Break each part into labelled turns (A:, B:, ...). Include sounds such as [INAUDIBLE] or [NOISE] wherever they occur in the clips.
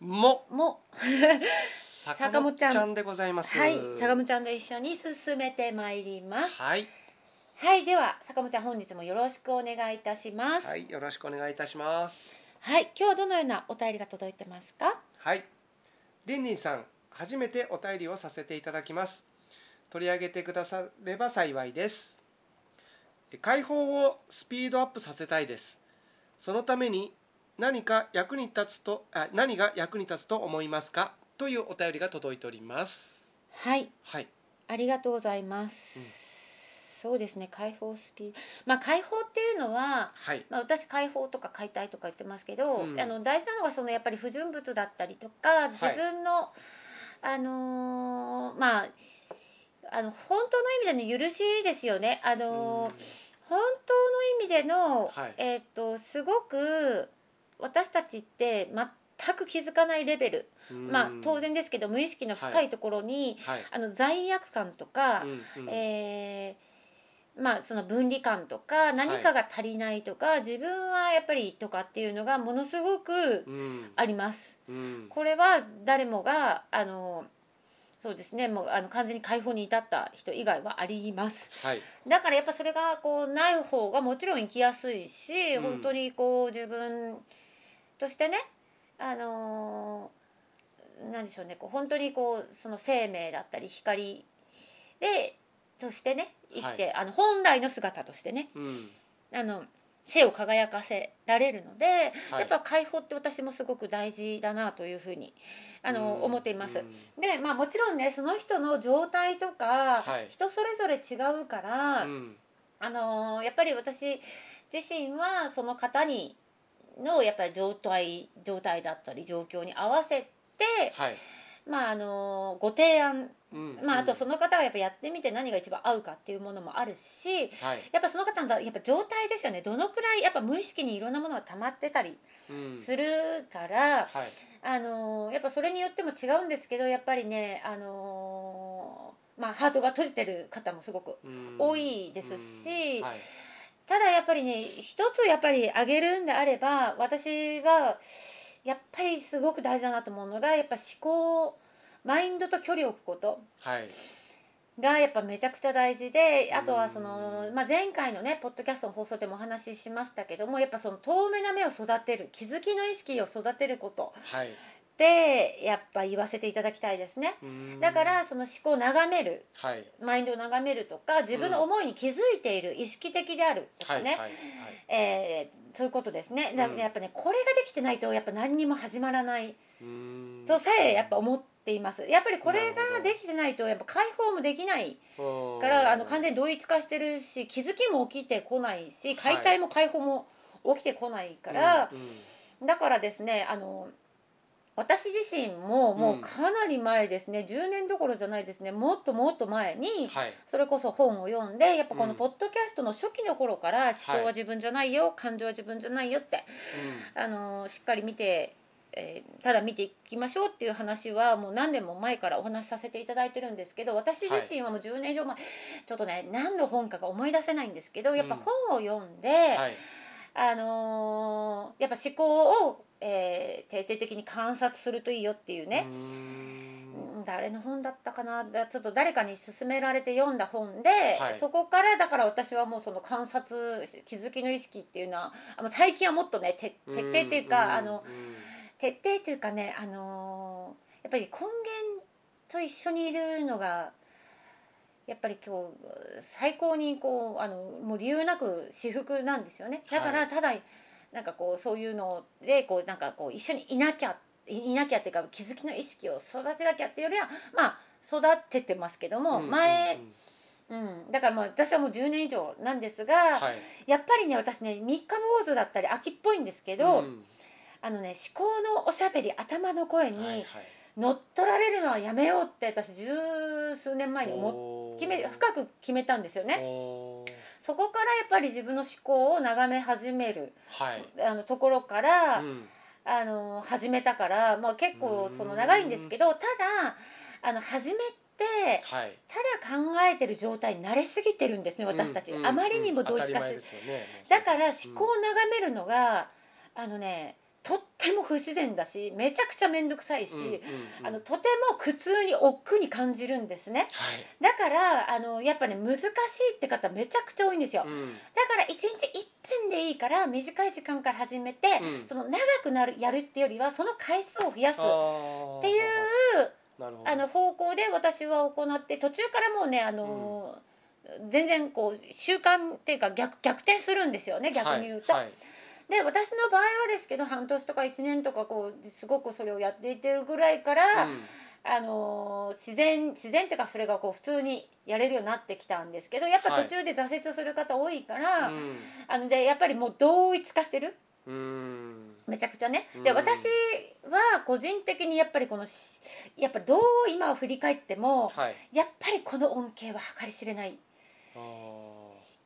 A: も
B: も、
A: 坂本ちゃんでございます。
B: はい、坂本ちゃんと一緒に進めてまいります。
A: はい、
B: はい、では坂本ちゃん本日もよろしくお願いいたします。
A: は
B: はい、
A: い、よろしくお願いいたします。
B: 今日はどのようなお便りが届いてますか？
A: はい、りんりんさん、初めてお便りをさせていただきます。取り上げてくだされば幸いです。解放をスピードアップさせたいです。そのために何か役に立つと、あ、何が役に立つと思いますかというお便りが届いております。
B: はい、
A: はい、
B: ありがとうございます。
A: うん
B: そうですね、解放スピード。まあ解放っていうのは、
A: はい、
B: まあ私解放とか解体とか言ってますけど、
A: うん
B: あの大事なのがそのやっぱり不純物だったりとか、自分の、あのーまああの本当の意味での許しですよね。あのー本当の意味での、
A: はい
B: えーっとすごく私たちって全く気づかないレベル、
A: うん
B: まあ当、然ですけど無意識の深いところに、
A: はい、
B: あの罪悪感とか、
A: うんうん
B: えーまあ、その分離感とか何かが足りないとか、自分はやっぱりとかっていうのがものすごく
A: うん
B: あります。
A: うん
B: これは誰もがあのそうですねもうあの完全に解放に至った人以外はあります
A: はい、
B: だからやっぱそれがこうない方がもちろん生きやすいし、
A: うん
B: 本当にこう自分としてねあのーなんでしょうねこう本当にこうその生命だったり光でとしてね生きて、あの本来の姿としてね
A: うん
B: あの生を輝かせられるので、
A: はい
B: やっぱ解放って私もすごく大事だなというふうにあの、
A: うん
B: 思っています。
A: うん
B: でまあ、もちろんねその人の状態とか、
A: はい
B: 人それぞれ違うから、
A: うん
B: あのーやっぱり私自身はその方にのやっぱり状態状態だったり状況に合わせて、
A: はい。
B: まああのーご提案、
A: うん
B: まあ、あとそ
A: の、
B: の方がやっぱやってみて何が一番合うかっていうものもあるし
A: はい。
B: やっぱその方のやっぱ状態ですよねどのくらいやっぱ無意識にいろんなものが溜まってたり
A: うん
B: するから、
A: はい。
B: あのーやっぱそれによっても違うんですけどやっぱりね、あのーまあ、ハートが閉じてる方もすごく
A: うん
B: 多いですし
A: うんはい。
B: ただやっぱりね一つやっぱり上げるんであれば私はやっぱりすごく大事だなと思うのがやっぱ思考マインドと距離を置くこと
A: はい。
B: がやっぱめちゃくちゃ大事であとはその
A: う、ん
B: まあ、前回のねポッドキャストの放送でもお話ししましたけどもやっぱその遠目な目を育てる気づきの意識を育てること
A: はい。
B: でやっぱ言わせていただきたいですね。
A: うん
B: だか、らその思考を眺める
A: はい。
B: マインドを眺めるとか自分の思いに気づいている意識的であるとか
A: は
B: ね、
A: い。はい。
B: えーそういうことですね、だから
A: うん
B: やっぱねこれができてないとやっぱ何にも始まらないと
A: と
B: さえやっぱ思っていますやっぱりこれ
A: なるほ
B: が
A: ど
B: できてないとやっぱ解放もできない
A: ぱ
B: からあの完全に同一化してるし気づきも起きてこないし解体も解放も起きてこないから、、
A: うんうん
B: だからですねあの私自身ももううんかなり前ですね、10年どころじゃないですねもっともっと前に、
A: はい。
B: それこそ本を読んでやっぱこの
A: うん
B: ポッドキャストの初期の頃から思考は自分じゃないよ、感情は自分じゃないよって、
A: うん
B: あのーしっかり見て、えーただ見ていきましょうっていう話はもう何年も前からお話しさせていただいてるんですけど私自身はもう10年以上前、ちょっとね何の本かが思い出せないんですけどやっぱ
A: うん
B: 本を読んで、
A: はい
B: あのーやっぱ思考を、えー徹底的に観察するといいよっていうね、
A: うーん
B: うん誰の本だったかなだちょっと誰かに勧められて読んだ本で、
A: はい
B: そこからだから私はもうその観察気づきの意識っていうのはあの最近はもっとねて徹底っていうかあの徹底というかねあのーやっぱり根源と一緒にいるのがやっぱり今日最高にこうあのもう理由なく私服なんですよねだか
A: は
B: ら
A: い
B: ただ、なんかこうそういうのでこうなんかこう一緒にいなきゃいいなきゃっていうか気づきの意識を育てなきゃっていうよりはまあ育ててますけども、前、うん、だからまあ私はもう10年以上なんですが、
A: はい
B: やっぱりね私ね三日坊主だったり秋っぽいんですけど、あのね思考のおしゃべり頭の声
A: うんはいはい
B: に乗っ取られるのはやめようって私十数年前にも
A: おー
B: 決め深く決めたんですよね
A: おー
B: そこからやっぱり自分の思考を眺め始める
A: はい
B: あのところから、
A: うん
B: あの始めたから、まあ、結構その長いんですけどただあの始めて
A: はい
B: ただ考えてる状態に慣れすぎてるんですね私たち、
A: うんうん
B: あまりにも同
A: 当た
B: 一
A: り
B: 化
A: 前
B: し
A: ですよね
B: だから思考を眺めるのが、あのねとっても不自然だしめちゃくちゃ面倒くさいし、
A: うんうんうん
B: あのとても苦痛に億劫に感じるんですね
A: はい
B: だからあのやっぱね難しいって方めちゃくちゃ多いんですよ、だ
A: うん
B: から1日1分でいいから短い時間から始めて、
A: うん
B: その長くなるやるっていうよりはその回数を増やす
A: っ
B: っていう
A: なるほど
B: あの方向で私は行って途中からもうねあのー、全然こう習慣っていうか逆逆転するんですよね逆に言うと、
A: はいはい
B: で私の場合はですけど半年とか1年とかこうすごくそれをやっていってるぐらいから、
A: うん
B: あのー自然自然っていうかそれがこう普通にやれるようになってきたんですけどやっぱ
A: はい
B: 途中で挫折する方多いから、
A: うん
B: あのでやっぱりもう同一化してる
A: うん
B: めちゃくちゃね。
A: う
B: で
A: ん
B: 私は個人的にやっぱりこのしやっぱどう今を振り返っても
A: はい
B: やっぱりこの恩恵は計り知れない
A: あー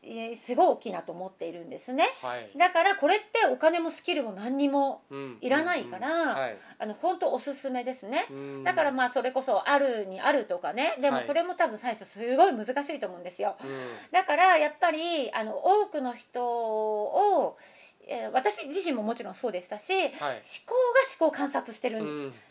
B: えーすごい大きいなと思っているんですね。
A: はい
B: だからこれってお金もスキルも何にも
A: うん
B: いらないから
A: うんうんはい
B: あの本当おすすめですね。
A: うん
B: だからまあそれこそあるにあるとかねでも
A: はい
B: それも多分最初すごい難しいと思うんですよ
A: うん
B: だからやっぱりあの多くの人を、えー私自身ももちろんそうでしたし思
A: はい
B: 考が思考を観察してる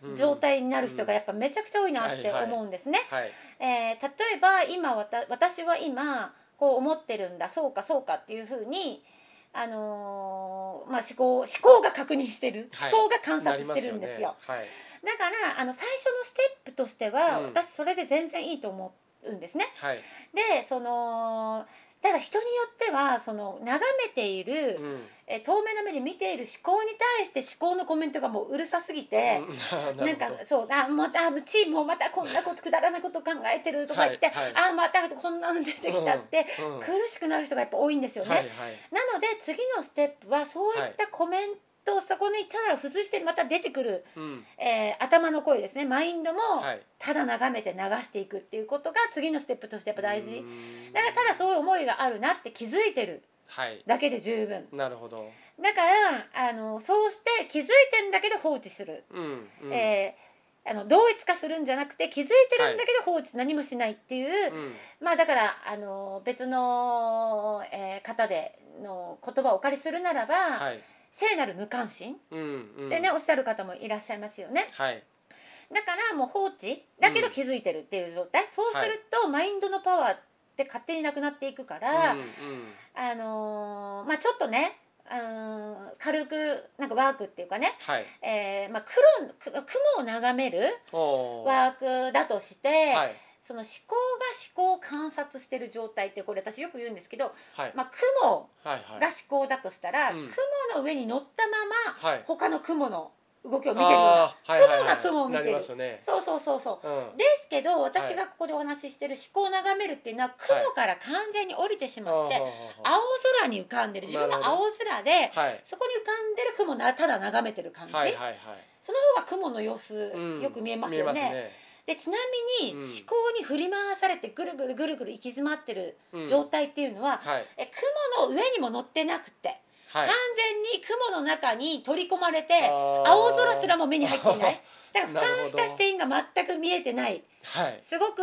A: うん
B: 状態になる人がやっぱめちゃくちゃ多いなっ
A: は
B: て
A: いはい
B: 思うんですね、
A: はい
B: えー例えば今わた私は今こう思ってるんだそうかそうかっていうふうにあのーまあ、思考思考が確認してる
A: はい
B: 思考が観
A: な
B: 察
A: り
B: し
A: ま
B: てるんですよ。
A: ねはい
B: だからあの最初のステップとしては、
A: うん
B: 私それで全然いいと思うんですね。
A: はい
B: でそのただ人によってはその眺めている、
A: うん
B: え透明な目で見ている思考に対して思考のコメントがもううるさすぎて、
A: うんな
B: なん
A: る
B: か
A: ほど
B: そうあまたあチームもまたこんなことくだらないこと考えてるとか言って、
A: はいはい
B: あまたこんなの出てきたって、
A: うん
B: 苦しくなる人がやっぱ多いんですよね。
A: はいはい
B: なので次のステップはそういったコメント、そこにただ付随してまた出てくる
A: うん
B: えー頭の声ですねマインドも
A: はい
B: ただ眺めて流していくっていうことが次のステップとしてやっぱ大事
A: うん
B: だからただそういう思いがあるなって気づいてる
A: はい
B: だけで十分
A: なるほど
B: だからあのそうして気づいてんだけど放置する、
A: うんうん
B: えーあの同一化するんじゃなくて気づいてるんだけど放置、何もしないっていう、
A: うん
B: まあだからあの別の、えー方での言葉をお借りするならば、
A: はい
B: 聖なる無関心
A: うんうん
B: でね、おっしゃる方もいらっしゃいますよね
A: はい
B: だからもう放置だけど気づいてるっていう状態、そうするとマインドのパワーって勝手になくなっていくから、
A: うんうん
B: あのーまあちょっとねうーん軽くなんかワークっていうかね、
A: はい
B: えーまあ、黒く雲を眺める
A: おー
B: ワークだとして、
A: はい
B: その思考が思考を観察してる状態ってこれ私よく言うんですけど、
A: はい
B: まあ、雲
A: はい
B: が
A: は
B: 思
A: い
B: 考だとしたら、
A: うん
B: 雲の上に乗ったまま
A: はい
B: 他の雲の動きを見てるような
A: あーはいはいはい
B: 雲が雲を見てる
A: なりますよね
B: そうそうそうそう
A: うん
B: ですけど私がここでお話ししてる思考を眺めるっていうのは雲から完全に降りてしまって、
A: あーはあは
B: 青空に浮かんでる自分
A: な
B: の
A: るほ
B: 青空で
A: あはい
B: そこに浮かんでる雲なただ眺めてる感じ、
A: はいはい
B: その方が雲の様子、
A: はい
B: よく見えますよねでちなみに
A: うん
B: 思考に振り回されてぐるぐるぐるぐる行き詰まってる
A: うん
B: 状態っていうのは、
A: はい
B: え雲の上にも乗ってなくて
A: はい
B: 完全に雲の中に取り込まれて
A: あー
B: 青空すらも目に入って
A: [LAUGHS]
B: いないだから俯
A: なる
B: 瞰
A: ほ
B: し
A: ど
B: た視点が全く見えてない
A: はい
B: すごく、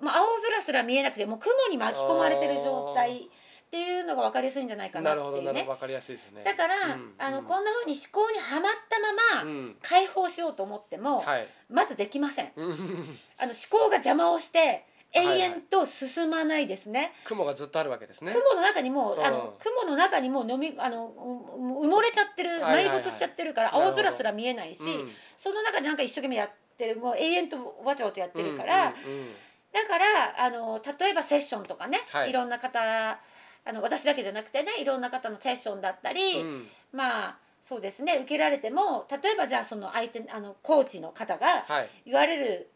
B: まあ、青空すら見えなくてもう雲に巻き込まれてる状態っていうのが分かりやすいんじゃないか
A: な
B: なっ
A: るほ
B: てい
A: どな
B: う
A: る
B: ね
A: ほどわかりやすいですね
B: だから、
A: うん
B: あの
A: うん
B: こんな風に思考にはまったま
A: う
B: ま、
A: ん
B: 解放しようと思っても、
A: はい
B: まずできません
A: うん [LAUGHS]
B: あの思考が邪魔をして
A: はいはい
B: 延々と進まないですね、
A: 雲がずっとあるわけですね
B: 雲の中にもう、あ
A: うん
B: の雲の中にもう飲みあのう埋もれちゃってる
A: はいはい
B: 埋
A: はい
B: 没しちゃってるから、
A: なるほど
B: 青空すら見えないし、
A: うん
B: その中でなんか一生懸命やってるもう延々とわちゃわちゃやってるから、
A: うんうんうん
B: だからあの例えばセッションとかね、
A: はい
B: い、ろんな方あの私だけじゃなくてねいろんな方のセッションだったり、
A: うん
B: まあそうですね受けられても例えばじゃあその相手あのコーチの方が
A: はい
B: 言われる、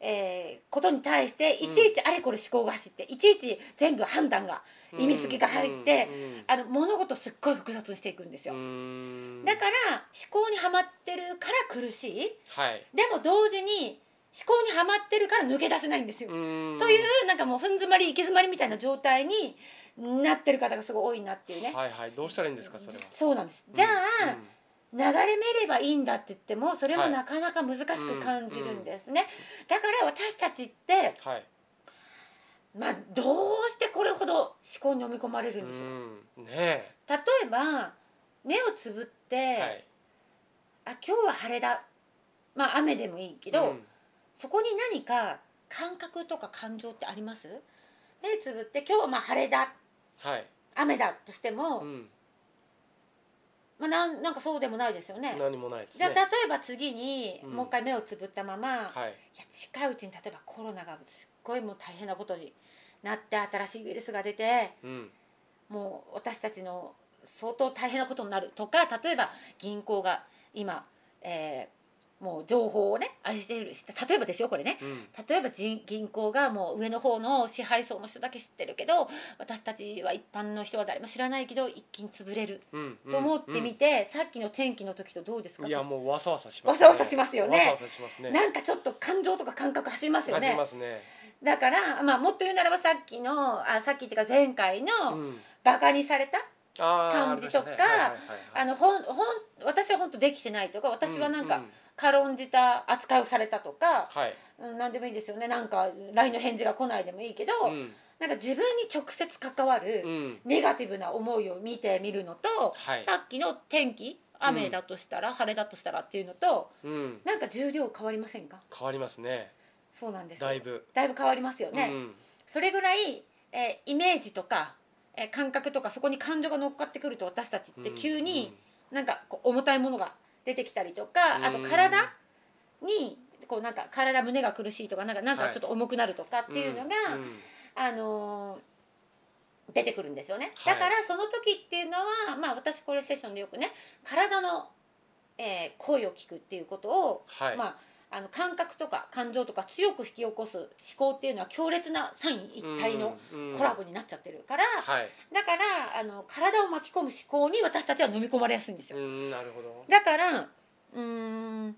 B: えーことに対して
A: うん
B: いちいちあれこれ思考が走って、いちいち全部判断が意味付けが入って
A: うんうん
B: あの物事すっごい複雑にしていくんですよ、
A: うん
B: だから思考にはまってるから苦しい
A: はい
B: でも同時に思考にはまってるから抜け出せないんですよ、
A: うん
B: というなんかもう踏ん詰まり行き詰まりみたいな状態になってる方がすごい多いなっていうね、
A: はいはいどうしたらいいんですかそれは
B: そうなんですじゃあ、
A: うんうん
B: 流れ見ればいいんだって言ってもそれもなかなか難しく感じるんですね、だから私たちって、
A: はい
B: まあ、どうしてこれほど思考に飲み込まれるんでしょう、
A: うんね
B: 例えば目をつぶって、
A: えはい
B: あ今日は晴れだまあ雨でもいいけど、
A: うん
B: そこに何か感覚とか感情ってあります目つぶって今日はまあ晴れだ
A: はい
B: 雨だとしても、
A: うん
B: まあ、なんなんかそうでもないですよね
A: 何もないです
B: じゃあ
A: ね
B: 例えば次に、
A: うん
B: もう一回目をつぶったまま、
A: はい
B: いや近いうちに例えばコロナがすっごいもう大変なことになって新しいウイルスが出て
A: うん
B: もう私たちの相当大変なことになるとか例えば銀行が今、えーもう情報をねあれしている例えばですよこれね
A: うん
B: 例えば人銀行がもう上の方の支配層の人だけ知ってるけど私たちは一般の人は誰も知らないけど一気に潰れる
A: うんうん
B: と思ってみて、さっきの天気の時とどうです
A: うん
B: か
A: いやもうわさわさします
B: わさわさしますよね
A: わさわさしますね
B: なんかちょっと感情とか感覚走りますよ
A: 走
B: ね
A: り。ますね
B: だから、まあ、もっと言うならばさっきのあさっきっていうか前回
A: う
B: の
A: ん
B: バカにされた、
A: あー
B: 感じとか
A: ありましたねはいはいはいはい
B: あのほんほん私は本当できてないとか私はなん
A: う
B: か
A: う
B: 軽んじた扱いをされたとか、
A: はい
B: うん、何でもいいですよねなんか LINE の返事が来ないでもいいけど、
A: うん
B: なんか自分に直接関わ
A: う
B: る
A: ん
B: ネガティブな思いを見てみるのと、
A: はい
B: さっきの天気雨だとしたら、晴れだとしたらっていうのと
A: うん
B: なんか重量変わりませんか
A: 変わりますね
B: そうなんですよ
A: だいぶ
B: だいぶ変わりますよね、
A: うん
B: それぐらい、えーイメージとか、えー感覚とかそこに感情が乗っかってくると私たちって急になんかこう重たいものが出てきたりとか、
A: うん
B: あと体にこうなんか体胸が苦しいとかなんかなん
A: は
B: か
A: い
B: ちょっと重くなるとかっていうのが、
A: んん
B: あのー出てくるんですよね、
A: はい
B: だからその時っていうのは、まあ、私これセッションでよくね体の、えー声を聞くっていうことを
A: はい
B: まあ、あの感覚とか感情とか強く引き起こす思考っていうのは強烈な三位一体のコラボ
A: に
B: になっちゃってるから、
A: はい
B: だからあの体を巻き込む思考に私たちは飲み込まれやすいんですよ、
A: うんなるほど
B: だからうーん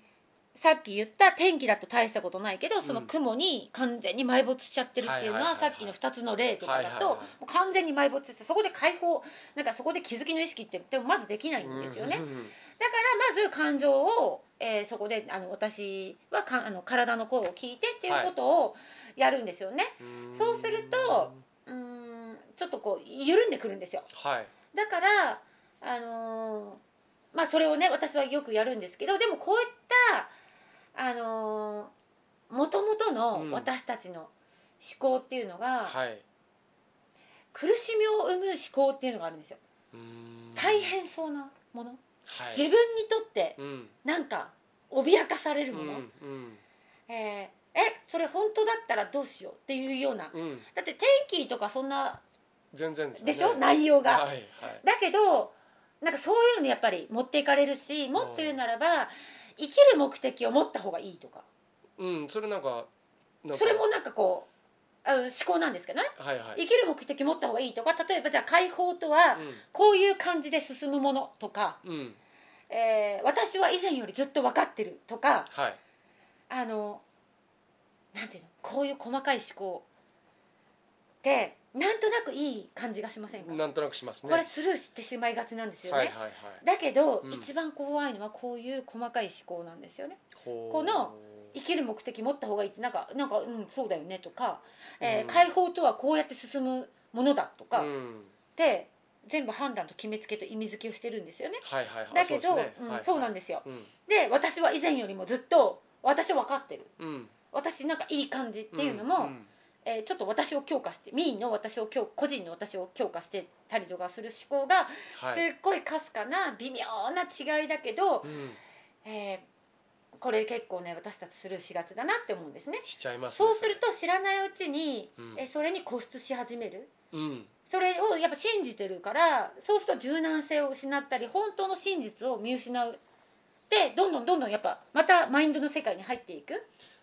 B: さっき言った天気だと大したことないけどその雲に完全に埋没しちゃってるっていうの
A: はいはいはいは
B: はいさっきの2つの例とかだ
A: は
B: と、
A: いはいはい
B: もう完全に埋没してそこで解放なんかそこで気づきの意識ってでもまずできないんですよね、
A: うん
B: だからまず感情を、えーそこであの私はかあの体の声を聞いてっていうことをやるんですよね、
A: うん
B: そうするとうーんちょっとこう緩んでくるんですよ
A: はい
B: だからあのーまあそれをね私はよくやるんですけどでもこういったあのもともと
A: うん
B: の私たちの思考っていうのが、
A: はい
B: 苦しみを生む思考っていうのがあるんですよ
A: うん
B: 大変そうなもの、
A: はい
B: 自分にとって
A: うん
B: なんか脅かされ
A: う
B: るもの、
A: んうん
B: えーえそれ本当だったらどうしようっていうような
A: うん
B: だって天気とかそんな
A: 全然ですよね
B: でしょ、内容が、
A: はいはい
B: だけどなんかそういうのにやっぱり持っていかれるしもっと言うならば生きる目的を持った方がいいとか
A: うんそれなんかなんか
B: それもなんかこうあの思考なんですけどね
A: はいはい
B: 生きる目的持った方がいいとか例えばじゃあ解放とはこういう感じで進むものとか、
A: うんうん
B: えー私は以前よりずっと分かってるとか
A: はい
B: あのなんていうのこういう細かい思考ってなんとなくいい感じがしませんか、
A: なんとなくしますね
B: これスルーしてしまいがちなんですよね、
A: はいはいはい
B: だけど、
A: うん
B: 一番怖いのはこういう細かい思考なんですよね
A: こ
B: この生きる目的持った方がいいってなんかなんかうんそうだよねとか、えー
A: うん
B: 解放とはこうやって進むものだとか、
A: うん、
B: で全部判断と決めつけと意味付けをしてるんですよね
A: はいはいはい
B: だけど
A: そう
B: う
A: ですねはいは
B: ん
A: い
B: そうなんですよ
A: うん
B: で私は以前よりもずっと私は分かってる
A: うん
B: 私なんかいい感じっていうのも、
A: ん
B: えーちょっと私を強化してミーの私を強個人の私を強化してたりとかする思考がすっ
A: はい
B: ごいかすかな微妙な違いだけど、
A: うん、
B: えーこれ結構ね私たちスルーしがちだなって思うんですね
A: しちゃいますね
B: そうすると知らないうちに、
A: それ
B: えーそれに固執し始める
A: うん、うん、
B: それをやっぱ信じてるからそうすると柔軟性を失ったり本当の真実を見失うでどんどんどんどんやっぱまたマインドの世界に入っていく、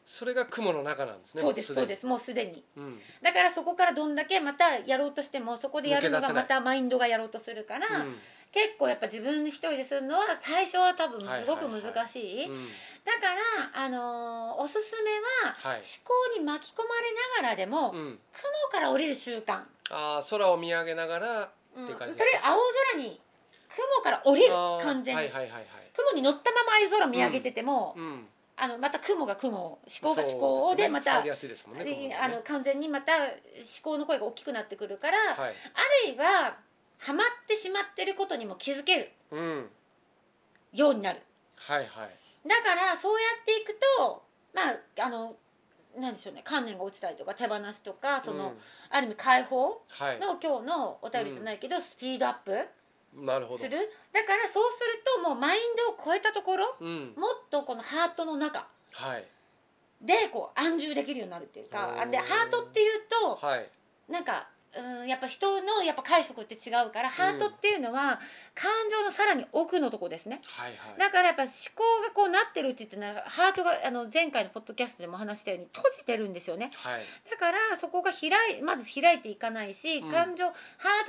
A: それが雲の中なんですね
B: そうですそうですすもうすでに
A: でにうん
B: だからそこからどんだけまたやろうとしてもそこでやるの
A: 抜け出せ
B: が
A: ない
B: またマインドがやろうとするから、
A: うん
B: 結構やっぱ自分一人でするのは最初は多分すごく難しい,、
A: うん
B: だから、あのーおすすめは
A: はい
B: 思考に巻き込まれながらでも、
A: う
B: 雲
A: ん、
B: から降りる習慣、
A: ああ空を見上げながら
B: うん
A: っていう
B: そ
A: 感
B: れ
A: じ
B: 青
A: ですね
B: 空に雲から降りる
A: あー
B: 完全に、
A: はいはいはいはい
B: 雲に乗ったまま青空見上げてても、
A: うん
B: あのまた雲が雲を思考が思
A: そ
B: 考を
A: うす
B: で,、
A: ね
B: また、
A: 入りやすいですもんね
B: で
A: 雲が
B: あ
A: ね
B: の完全にまた思考の声が大きくなってくるから、
A: はい
B: あるいはハマってしまってることにも気づける
A: うん
B: ようになる
A: はいはい
B: だからそうやっていくとまああのなんでしょうね観念が落ちたりとか手放しとかその、
A: うん
B: ある意味解放
A: はい
B: の今日のお便りじゃないけど、スピードアップ
A: なるほ
B: す
A: ど
B: るだからそうするともうマインドを超えたところ
A: うん
B: もっとこのハートの中
A: はい
B: でこう安住できるようになるっていう
A: お
B: か
A: ー
B: でハートっていうと
A: はい
B: なんかうんやっぱ人のやっぱ解釈って違うから、ハートっていうのは感情のさらに奥のとこですね
A: はいはい
B: だからやっぱ思考がこうなってるうちってのはハートがあの前回のポッドキャストでも話したように閉じてるんですよね
A: はい
B: だからそこが開いまず開いていかないし、
A: うん
B: 感情ハー